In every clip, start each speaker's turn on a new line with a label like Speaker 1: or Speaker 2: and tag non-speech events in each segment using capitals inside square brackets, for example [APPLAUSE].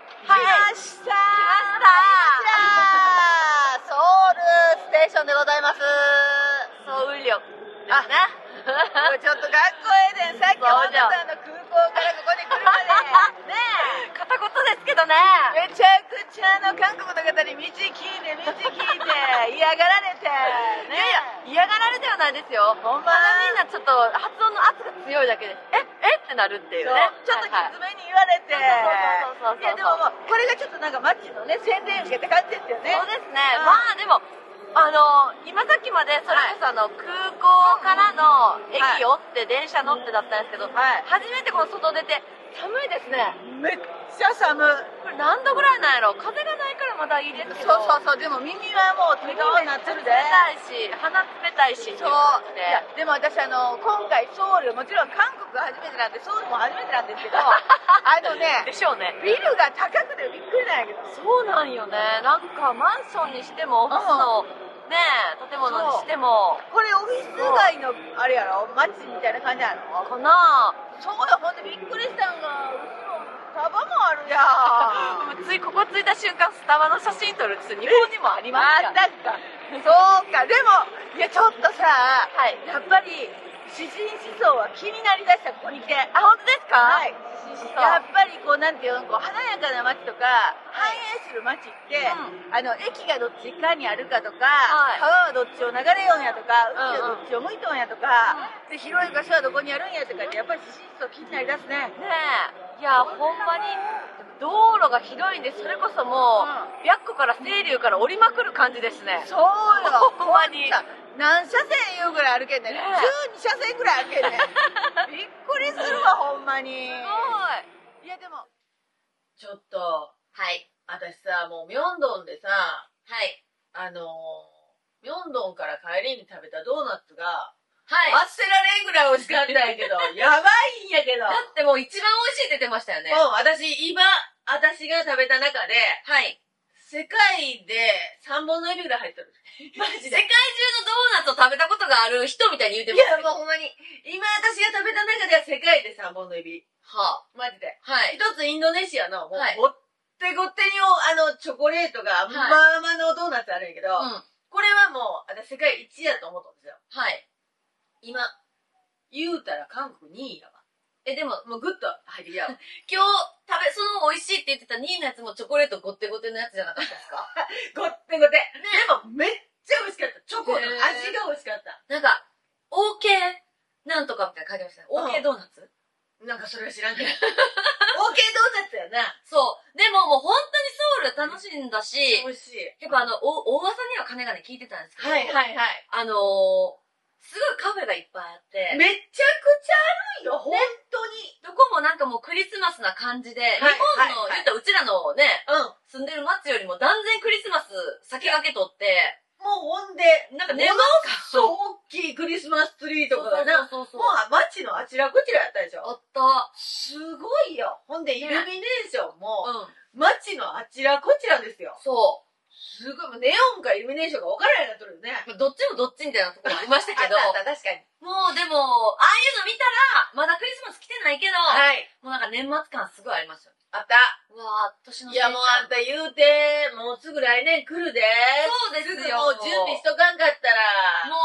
Speaker 1: した
Speaker 2: 来ましたソウルステーションでございます
Speaker 1: 総雨量
Speaker 2: あ
Speaker 1: な
Speaker 2: これちょっと学校へでさっき
Speaker 1: そう
Speaker 2: 本
Speaker 1: じゃん
Speaker 2: 田さんの空港からここに来るまでね
Speaker 1: 片言ですけどね
Speaker 2: えめちゃくちゃあの韓国の方に道聞いて道聞いて嫌がられて
Speaker 1: いやい
Speaker 2: ね
Speaker 1: や嫌がられてはないですよ
Speaker 2: ほんま
Speaker 1: ただみんなちょっと発音の圧が強いだけでええってなるっていう
Speaker 2: そう
Speaker 1: ね
Speaker 2: ちょっとき
Speaker 1: はいはい
Speaker 2: つめに言われて、
Speaker 1: はいはい
Speaker 2: いやでももうこれがちょっとなんかマッチのね宣伝式って感じですよね
Speaker 1: そうですね、
Speaker 2: うん
Speaker 1: まあでもあの今さっきまでそれこそあの、空港からの駅をって電車乗ってだったんですけど、
Speaker 2: はい
Speaker 1: 初めてこの外出て寒いですね
Speaker 2: めっちゃ寒
Speaker 1: こ
Speaker 2: い
Speaker 1: れ何度ぐらいなんやろ風がないからまだいいですけ
Speaker 2: そう
Speaker 1: ど
Speaker 2: そうそうでも耳はもう手皮になってる
Speaker 1: 冷
Speaker 2: で
Speaker 1: たいし鼻冷たいし
Speaker 2: そう
Speaker 1: って
Speaker 2: いやでも私あの今回ソウルもちろん韓国が初めてなんでソウルも初めてなんですけどあの
Speaker 1: で
Speaker 2: ね
Speaker 1: しょうね
Speaker 2: ビルが高くてびっくりなんやけど
Speaker 1: そうなんよねなんかマンションにしてもオフィスのねえ建物にしても
Speaker 2: これオフィス街のあれやろ街みたいな感じなの
Speaker 1: かな
Speaker 2: そうよほんでびっくりしたんが後ろ束もあるやん
Speaker 1: ついここ着いた瞬間スタバの写真撮るって日本にもありま
Speaker 2: ます
Speaker 1: から
Speaker 2: たかそうかでもいやちょっとさ
Speaker 1: はい
Speaker 2: やっぱり詩人思想は気になりだしたここに来て
Speaker 1: あ本当ですか
Speaker 2: はい
Speaker 1: や
Speaker 2: やっぱりこうなんていうのこう華やかな街とか繁栄する街って、
Speaker 1: う
Speaker 2: あの駅がどっち側にあるかとか、
Speaker 1: はい
Speaker 2: 川はどっちを流れようんやとか海
Speaker 1: うんう
Speaker 2: は
Speaker 1: ん
Speaker 2: どっちを向いとんやとか、で広い場所はどこにあるんやとかってやっぱり地震と気になりだすね
Speaker 1: ねえいやほんまに道路がひどいんでそれこそもう白湖から清流から降りまくる感じですね
Speaker 2: そうよ
Speaker 1: ほんまに
Speaker 2: さ何車線いうぐらい歩けんねん、
Speaker 1: ね
Speaker 2: 12車線ぐらい歩けんねん [LAUGHS] びっくりするわほんまに
Speaker 1: すごい
Speaker 2: いやでもちょっと
Speaker 3: はい。
Speaker 2: 私さもうミョンドンでさ
Speaker 3: はい。
Speaker 2: あのー、ミョンドンから帰りに食べたドーナツが、
Speaker 3: はい。
Speaker 2: 忘れられんぐらい美味しかったんや
Speaker 3: [LAUGHS]
Speaker 2: けど、やばいんやけど。
Speaker 3: だってもう一番美味しいって言ってましたよね。
Speaker 2: もう私、今、私が食べた中で、
Speaker 3: はい。
Speaker 2: 世界で3本の指ぐらい入って
Speaker 3: [LAUGHS]
Speaker 2: る。マ
Speaker 3: 世界中
Speaker 2: ジ
Speaker 3: のド
Speaker 2: で。
Speaker 3: ーナツを食べたことがある人みたいに言うて
Speaker 2: い
Speaker 3: ます
Speaker 2: や、もうほんまに、今私が食べた中では世界で3本の指。
Speaker 3: は
Speaker 2: マジで。
Speaker 3: あ。はい。
Speaker 2: 一つインドネシアの、もう、
Speaker 3: はい
Speaker 2: ごってごってにお、あの、チョコレートが、
Speaker 3: い
Speaker 2: まあまあのドーナツあるんやけど、
Speaker 3: うん。
Speaker 2: これはもう、私世界一やと思ったんですよ。
Speaker 3: はい。
Speaker 2: 今、言うたら韓国2位やわ。
Speaker 3: え、でも、
Speaker 2: もうグッと入ってきたわ。
Speaker 3: 今日、食べ、その美味しいって言ってた2位のやつもチョコレートごってごてのやつじゃなかったですか
Speaker 2: ごってごて。でもめっちゃ美味しかった。チョコの味が美味しかった。
Speaker 3: なんか、OK なんとかみたいなの書いてましたね。
Speaker 2: うん
Speaker 3: OK ドーナツ、
Speaker 2: なんかそれは知らんけど。OK [LAUGHS] ドーナツやな。
Speaker 3: そう。でももう本当にソウル楽しんだし、
Speaker 2: 美味しい。
Speaker 3: 結構あの、お大噂には金がね、聞いてたんですけど、
Speaker 2: はいは
Speaker 3: あのー、すごいカフェがいっぱいあって、
Speaker 2: めちゃくちゃあるんよ、本当に。
Speaker 3: どこもなんかもうクリスマスな感じで、日
Speaker 2: い
Speaker 3: 本の、
Speaker 2: はいは
Speaker 3: 言っ
Speaker 2: い
Speaker 3: たらうちらのね、
Speaker 2: うん。
Speaker 3: 住んでる街よりも断然クリスマス先駆けとって、
Speaker 2: もうほんで、
Speaker 3: なんか年末
Speaker 2: そう大きいクリスマスツリーとかがな、
Speaker 3: そうそうそう
Speaker 2: もう街のあちらこちらやったでし
Speaker 3: あ
Speaker 2: ょ。
Speaker 3: った。
Speaker 2: すごいよ。ほんでイルミネーションも、
Speaker 3: うん。
Speaker 2: 街のあちらこちらですよ。
Speaker 3: そ
Speaker 2: すごい、もうネオンかイルミネーションか分からへんようになっとるよね。
Speaker 3: う。どっちもどっちみたいなところありましたけど、
Speaker 2: あったあった、確かに。
Speaker 3: もうでも、ああいうの見たら、まだクリスマス来てないけど、
Speaker 2: はい。
Speaker 3: もうなんか年末感すごいありましたよね。
Speaker 2: あった。
Speaker 3: うわぁ、年の
Speaker 2: いや、もうあん
Speaker 3: た。
Speaker 2: た言うて、もうすぐ来年来るで。
Speaker 3: そうですす
Speaker 2: ぐ
Speaker 3: よ。
Speaker 2: もう準備しとかんかったら。も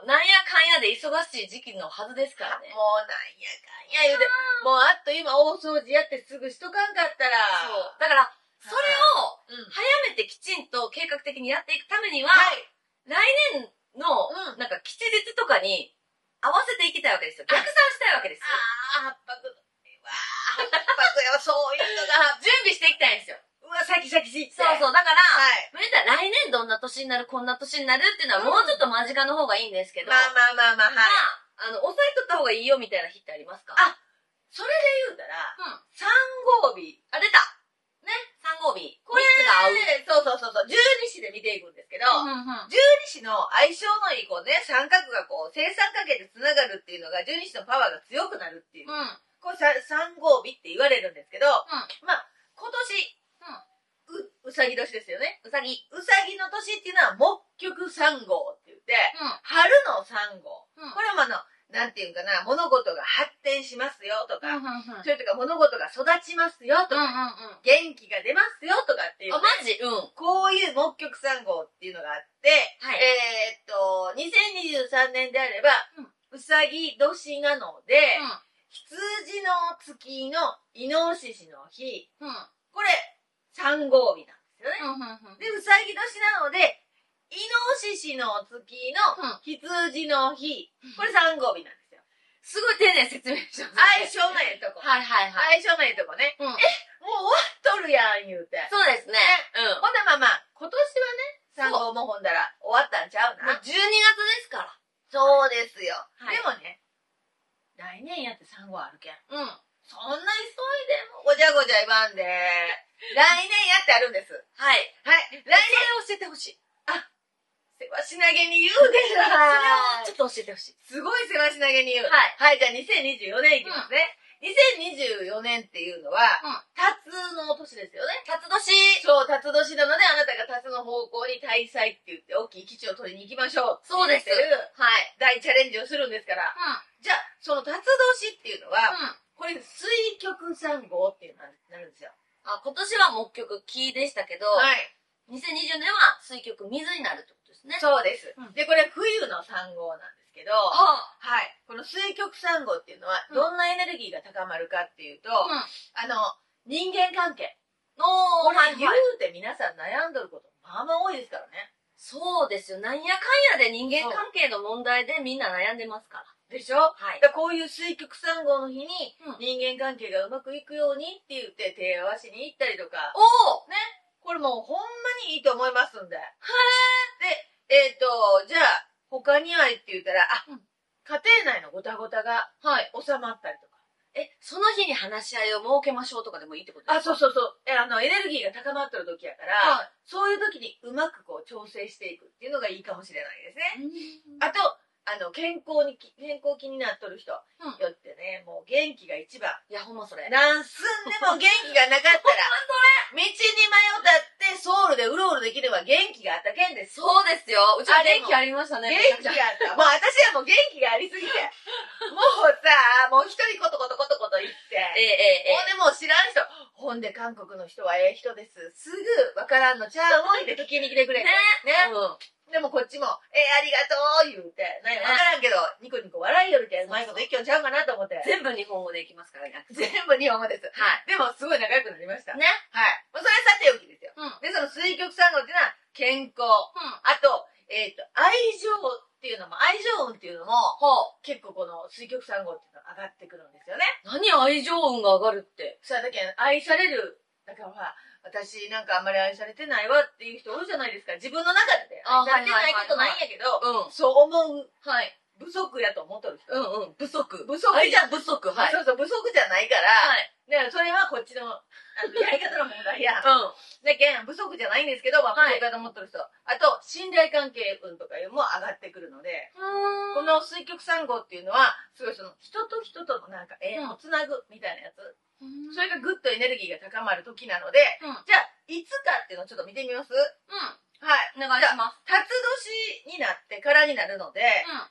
Speaker 3: も
Speaker 2: う
Speaker 3: う、なんやかんやで忙しい時期のはずですからね。
Speaker 2: なんやかんや言うて。もうあっと今大掃除やってすぐしとかんかったら。
Speaker 3: そう。だから、それを
Speaker 2: う。うん。
Speaker 3: 早めてきちんと計画的にやっていくためには、
Speaker 2: はい。
Speaker 3: 来年の、
Speaker 2: うん
Speaker 3: なんか吉日とかに合わせていきたいわけですよ。逆算したいわけですよ。
Speaker 2: あー、八白。わー、八白やわ、そういうのが。
Speaker 3: 準備していきたいんですよ。
Speaker 2: うわ、シャキシャキしいって。
Speaker 3: そう
Speaker 2: う。
Speaker 3: そう。だから、
Speaker 2: はい。
Speaker 3: まあ言ったら来年どんな年になる、こんな年になるっていうのはもうちょっと間近の方がいいんですけど、
Speaker 2: まあまあまあまあ、
Speaker 3: ま
Speaker 2: はい。
Speaker 3: あ、あの、抑えとった方がいいよみたいな日ってありますか
Speaker 2: あそれで言うたら、
Speaker 3: うん。
Speaker 2: 三合日。
Speaker 3: あ、出たね、3号日。
Speaker 2: これ
Speaker 3: 三つが合う。
Speaker 2: そうそうそうそう、十二支で見ていくんですけど、
Speaker 3: うんうんうん
Speaker 2: 十二支の相性のいいこうね、三角がこう、正三角形で繋がるっていうのが、十二支のパワーが強くなるっていう。
Speaker 3: うん。
Speaker 2: これさ三合日って言われるんですけど、
Speaker 3: ん
Speaker 2: まあ、今年、う、うさぎ年ですよね。
Speaker 3: うさぎ。
Speaker 2: うさぎの年っていうのは、木曲三合って言って、
Speaker 3: う
Speaker 2: 春の三合。
Speaker 3: ん。うん
Speaker 2: こ。れはまああの、なんていうんかな、物事が発展しますよと
Speaker 3: うんう
Speaker 2: か、
Speaker 3: んうん。
Speaker 2: それとか物事が育ちますよとか、
Speaker 3: うんうんうん。
Speaker 2: 元気が出ますよとかっていう
Speaker 3: あ、
Speaker 2: ね、
Speaker 3: マジうん。
Speaker 2: こういう木曲3号っていうのがあって、
Speaker 3: はい
Speaker 2: えーっと、2023年であれば、うさぎ年なので、羊の月のイノシシの日、
Speaker 3: うん。うん。
Speaker 2: これ3号日なんですよね。
Speaker 3: うん。うん。うん。
Speaker 2: で、うさぎ年なので、イノシシの月の
Speaker 3: うん
Speaker 2: 羊の日、これ3号日なんですよ。
Speaker 3: すごい丁寧に説明します。
Speaker 2: 相性のええとこ。
Speaker 3: はいはいはい。
Speaker 2: 相性のええとこね。
Speaker 3: うん。
Speaker 2: もう終わっとるやん、言うて。
Speaker 3: そうですね。
Speaker 2: ほんならまあまあ、今年はね、3号もほんだら終わったんち
Speaker 3: う
Speaker 2: ゃう
Speaker 3: ん。もう12
Speaker 2: な。
Speaker 3: 月ですか
Speaker 2: そうですよ。
Speaker 3: はい
Speaker 2: でもね、来年やって3号あるけん。
Speaker 3: ら。うん。
Speaker 2: そんな急いでも、ごちゃごちゃ言
Speaker 3: [LAUGHS]
Speaker 2: わんで。来年やってあるんです。
Speaker 3: はい。
Speaker 2: はい。来年
Speaker 3: それを教えてほしい。
Speaker 2: せわしなげに言うで
Speaker 3: それ
Speaker 2: な
Speaker 3: をちょっと教えてほしい。
Speaker 2: すごいせわしなげに言う。。
Speaker 3: はい
Speaker 2: はい、じゃあ2024年いきますね。2024年っていうのは、
Speaker 3: うん
Speaker 2: 辰の年ですよね。
Speaker 3: 辰年
Speaker 2: そう、辰年なので、あなたが辰の方向に大祭って言って、大きい基地を取りに行きましょう。
Speaker 3: そうです
Speaker 2: っていう
Speaker 3: はい。
Speaker 2: 大チャレンジをするんですから。じゃあ、その辰年っていうのは、
Speaker 3: うん。うん。
Speaker 2: これ、水極三号っていうのになるんですよ。
Speaker 3: あ、今年は木曲木でしたけど、
Speaker 2: はい。
Speaker 3: 2020年は水曲水になるってことですね。
Speaker 2: そうです。
Speaker 3: うん
Speaker 2: で、これ、冬の三号なんですけど、は
Speaker 3: あ
Speaker 2: い。この水極三号っていうのは、
Speaker 3: うん
Speaker 2: どんなエネルギーが高まるかっていうと、
Speaker 3: うん
Speaker 2: あの、人間関係。
Speaker 3: の
Speaker 2: これ
Speaker 3: はい
Speaker 2: 言
Speaker 3: はいう
Speaker 2: て皆さん悩んどること、まあまあ多いですからね。
Speaker 3: そうですよ。なんやかんやで人間関係の問題でみんな悩んでますから。
Speaker 2: でしょ
Speaker 3: はい。
Speaker 2: だからこういう水極三号の日に
Speaker 3: うん
Speaker 2: 人間関係がうまくいくようにって言って手合わしに行ったりとか、
Speaker 3: おお
Speaker 2: これもうほんまにいいと思いますんで。へで、えっ、と、じゃあ、他にはって言ったら、あ、
Speaker 3: うん
Speaker 2: 家庭内のごたごたが
Speaker 3: はい。
Speaker 2: 収まったりとか。
Speaker 3: え、その日に話し合いを設けましょうとかでもいいってことですか
Speaker 2: あ、そうそうそう。えあの、エネルギーが高まってる時やから、
Speaker 3: は
Speaker 2: そういう時にうまくこう調整していくっていうのがいいかもしれないですね。
Speaker 3: い。うん
Speaker 2: あと、あの、健康にき、健康気になっとる人、
Speaker 3: うん
Speaker 2: よってね、もう元気が一番。
Speaker 3: いや、ほんまそれ。
Speaker 2: なんすんでも元気がなか [LAUGHS] ったら、道に迷ったってソウルでうろうろできれば元気があったけんです。
Speaker 3: そうですよ。うちは
Speaker 2: あで
Speaker 3: 元
Speaker 2: も
Speaker 3: 気ありましたね。
Speaker 2: 元気が
Speaker 3: めちゃくちゃ
Speaker 2: あった。もう私はもう元気がありすぎて。もうさ、もう一人コトコトコトコト言って。
Speaker 3: えええええ
Speaker 2: ほんでもう知らん人。ほんで韓国の人はええ人です。すぐわからんのちゃうおいで聞きに来てくれ
Speaker 3: え。
Speaker 2: て。
Speaker 3: ね
Speaker 2: ね。
Speaker 3: うん。
Speaker 2: でもこっちも、えー、ありがとう言うて。なんやわからんけど、ニコニコ笑いよるけん、うまいこと一挙ちゃうかなと思って。
Speaker 3: 全部日本語でいきますからね。
Speaker 2: 全部日本語です。
Speaker 3: は
Speaker 2: でもすごい仲良くなりました。
Speaker 3: い。
Speaker 2: はい。
Speaker 3: ね。
Speaker 2: まあそれはさておきですよ。
Speaker 3: うん。うん。
Speaker 2: で、その水極三号っていうのは、健康。あと、えっ、と、愛情っていうのも、愛情運っていうのも、
Speaker 3: は
Speaker 2: 結構この水極三号っていうのが上がってくるんですよね。
Speaker 3: あ。何愛情運が上がるって。
Speaker 2: それだけ愛される。だからほら、私なんかあんまり愛されてないわっていう人多いじゃないですか。自分の中で
Speaker 3: あ
Speaker 2: 愛されてないことないんやけど、
Speaker 3: うん。
Speaker 2: そう思う
Speaker 3: はい。
Speaker 2: 不足やと思っとる人。
Speaker 3: うんうん。不足。
Speaker 2: 不足
Speaker 3: 愛情不足。はい。
Speaker 2: そうそう、不足じゃないから、
Speaker 3: はい。
Speaker 2: だからそれはこっちの、あ
Speaker 3: [LAUGHS]
Speaker 2: の、やり方の問題や。
Speaker 3: うん。
Speaker 2: だけん、不足じゃないんですけど、まあ、不
Speaker 3: はい
Speaker 2: 足だと思ってる人。あと、信頼関係運とかいうのも上がってくるので、こ
Speaker 3: この、
Speaker 2: の水極三号っていうのは、すごいその、人と人とのなんか縁をつなぐみたいなやつ。そ
Speaker 3: それ
Speaker 2: れ
Speaker 3: が、
Speaker 2: がぐっとエネルギーが高まる時なので、
Speaker 3: うん。うん。
Speaker 2: じゃあ、いつかっていうのをちょっと見てみますはい。
Speaker 3: お願いします。
Speaker 2: 辰年になってからになるので、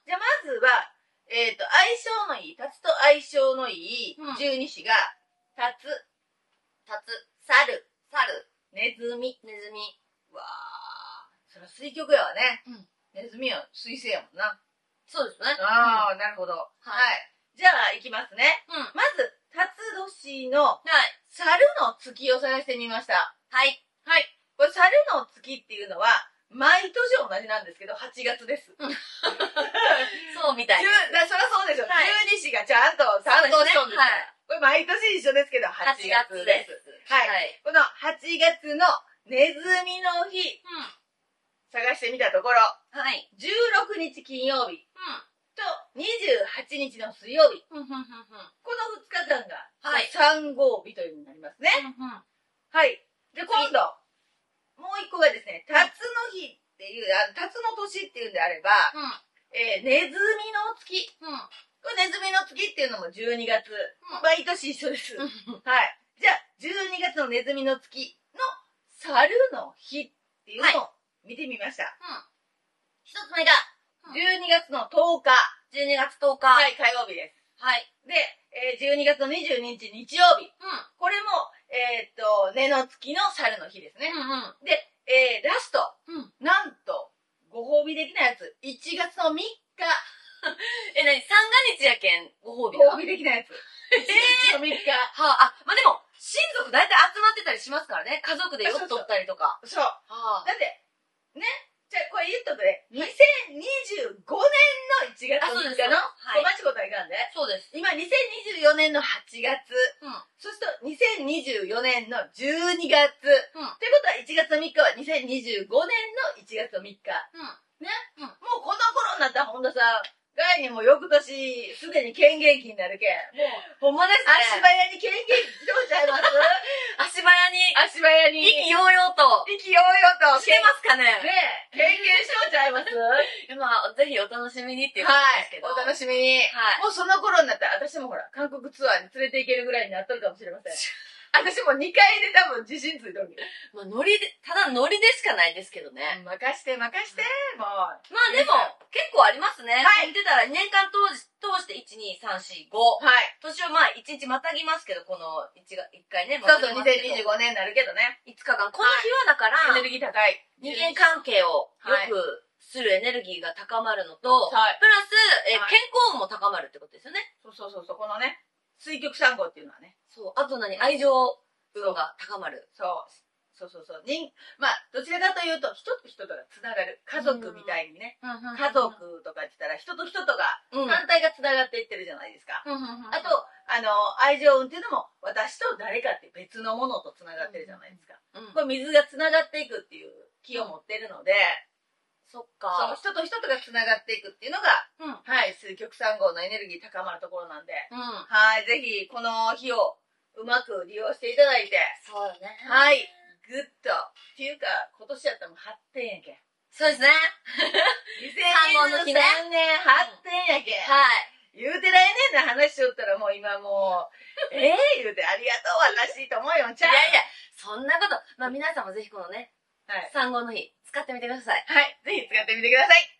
Speaker 2: じゃあまずは、えっ、と、相性のいい、辰と相性のいい
Speaker 3: うん
Speaker 2: 十二支が、辰、
Speaker 3: タツ、
Speaker 2: 猿、
Speaker 3: 猿、
Speaker 2: ネズミ、
Speaker 3: ネズミ。
Speaker 2: わー、それは水極やわね。
Speaker 3: うん
Speaker 2: ネズミは水星やもんな。
Speaker 3: そうですね。
Speaker 2: ああ、なるほど。はいじゃあ、いきますね。
Speaker 3: うん。はい。
Speaker 2: まず、辰年の猿の月を探してみました。
Speaker 3: はい。
Speaker 2: はい。これ、猿の月っていうのは、毎年同じなんですけど、8月です。
Speaker 3: うんそうみたい
Speaker 2: 十。だそりゃそうでしょ。
Speaker 3: はい
Speaker 2: 十二支がちゃんと担当しとんですから。これ、毎年一緒ですけど、
Speaker 3: 8
Speaker 2: 8
Speaker 3: 月
Speaker 2: 月
Speaker 3: で
Speaker 2: ですす。。はい。
Speaker 3: い。
Speaker 2: この8月のネズミの日、探してみたところ、
Speaker 3: うん。はい。
Speaker 2: 16日金曜日と28日の水曜日、
Speaker 3: うん。うん。うん。うん。
Speaker 2: この2日間が、
Speaker 3: はい
Speaker 2: 3号日というのになりますね。はい。で、今度、もう一個がですね、辰の日っていう、あの辰の年っていうんであれば、えーネズミの月。
Speaker 3: うん。うん。
Speaker 2: これネズミの月っていうのも12月。
Speaker 3: ん
Speaker 2: 毎年一緒です。
Speaker 3: う
Speaker 2: はい。
Speaker 3: ん。
Speaker 2: じゃあ、12月のネズミの月の猿の日っていうのを見てみました。一つ目が、
Speaker 3: うん
Speaker 2: 12月の10日。
Speaker 3: 12月10日。
Speaker 2: はい、火曜日です。
Speaker 3: はい。
Speaker 2: で、えー12月の22日日曜日。
Speaker 3: うん。
Speaker 2: これも、えーっと、根の月の猿の日ですね。
Speaker 3: うんうん。
Speaker 2: で、えー、ラスト、
Speaker 3: うん
Speaker 2: なんと、ご褒美的なやつ、1月の3日、
Speaker 3: え、なに三が日やけん、ご褒美が。
Speaker 2: ご褒
Speaker 3: は
Speaker 2: 美的
Speaker 3: [LAUGHS]
Speaker 2: なやつ。1月の3日。
Speaker 3: あ、あ、まあ、でも、親族大体集まってたりしますからね。家族で寄っとったりとか。
Speaker 2: そう。
Speaker 3: はあ。
Speaker 2: だって、ね、じゃあこれ言っとくね、
Speaker 3: はい
Speaker 2: 2025年の1月
Speaker 3: あそう
Speaker 2: 3
Speaker 3: です
Speaker 2: 日の、
Speaker 3: はい
Speaker 2: 小町ことはいかんで、
Speaker 3: そうです。
Speaker 2: 今2024年の8月、
Speaker 3: うん
Speaker 2: そして2024年の12月、
Speaker 3: うん
Speaker 2: ということは1月3日は2025年の1月の3日。
Speaker 3: う
Speaker 2: もうこの頃になったら本田さん、概念も翌年、すでに権限期になるけん。
Speaker 3: ん。ほんまです
Speaker 2: 足
Speaker 3: ね。
Speaker 2: 早に権限期どうちゃいます
Speaker 3: 足
Speaker 2: [LAUGHS]
Speaker 3: 早に、
Speaker 2: 足早に。
Speaker 3: 意気揚々と、
Speaker 2: 意気揚々と。
Speaker 3: してますか
Speaker 2: ね
Speaker 3: ね。
Speaker 2: え、権限しようちゃいますはい。
Speaker 3: まあ、ぜひお楽しみにっていうことですけど。
Speaker 2: お楽しみに。
Speaker 3: はい。
Speaker 2: もうその頃になったら、私もほら、韓国ツアーに連れて行けるぐらいになっとるかもしれません。 [LAUGHS] 私も2回で多分自信ついとるけど。
Speaker 3: まあ、ノリで、ただノリでしかないですけどね。
Speaker 2: 任して任して、もう。
Speaker 3: まあでも、結構ありますね。
Speaker 2: はい
Speaker 3: 飛んでたら、年間通し通して、1、2、3、4、5。
Speaker 2: はい。
Speaker 3: 年をまあ、1日またぎますけど、この1が、1回ね。
Speaker 2: そうそう、
Speaker 3: またぎますけど
Speaker 2: 2025年になるけどね。
Speaker 3: 5日間。この日はだから、
Speaker 2: エネルギー高い。
Speaker 3: 人間関係を
Speaker 2: はい
Speaker 3: 良くするエネルギーが高まるのと、
Speaker 2: はい
Speaker 3: プラス、えー
Speaker 2: はい
Speaker 3: 健康運も高まるってことですよね。
Speaker 2: そうそうそうそう、このね、水極三号っていうのはね。
Speaker 3: そう。あと何愛情運が高まる。
Speaker 2: そう。そうそうそう。人、まあ、どちらかというと、人と人とがつながる。家族みたいにね。家
Speaker 3: 家
Speaker 2: 族。とかって言ったら、人と人とが、
Speaker 3: うん。
Speaker 2: 反対がつながっていってるじゃないですか。あ
Speaker 3: あ
Speaker 2: と、、あの、愛情運っていうのも、私と誰かって別のものとつながってるじゃないですか。
Speaker 3: うん
Speaker 2: これ水がつながっていくっていう気を持ってるので、
Speaker 3: そっ
Speaker 2: その
Speaker 3: か。
Speaker 2: 人と人とがつながっていくっていうのが、
Speaker 3: うん
Speaker 2: はい、数極三号のエネルギー高まるところなんで、
Speaker 3: うん。
Speaker 2: はい、ぜひこの日をうまく利用していただいて、
Speaker 3: そうだね。
Speaker 2: はい、グッと。っていうか、今年やったらもう8点やけん。
Speaker 3: そうですね。本の日
Speaker 2: 2023
Speaker 3: ね
Speaker 2: 年8点やけん。
Speaker 3: はい。
Speaker 2: 言うてらえねえな話しよったらもう今もう、ええ言うてありがとう私と思うよんち
Speaker 3: いや
Speaker 2: ゃう
Speaker 3: いや、そんなこと。まあ皆さんもぜひこのね、
Speaker 2: はい。
Speaker 3: 産後の日、使ってみてください。
Speaker 2: はい。ぜひ使ってみてください。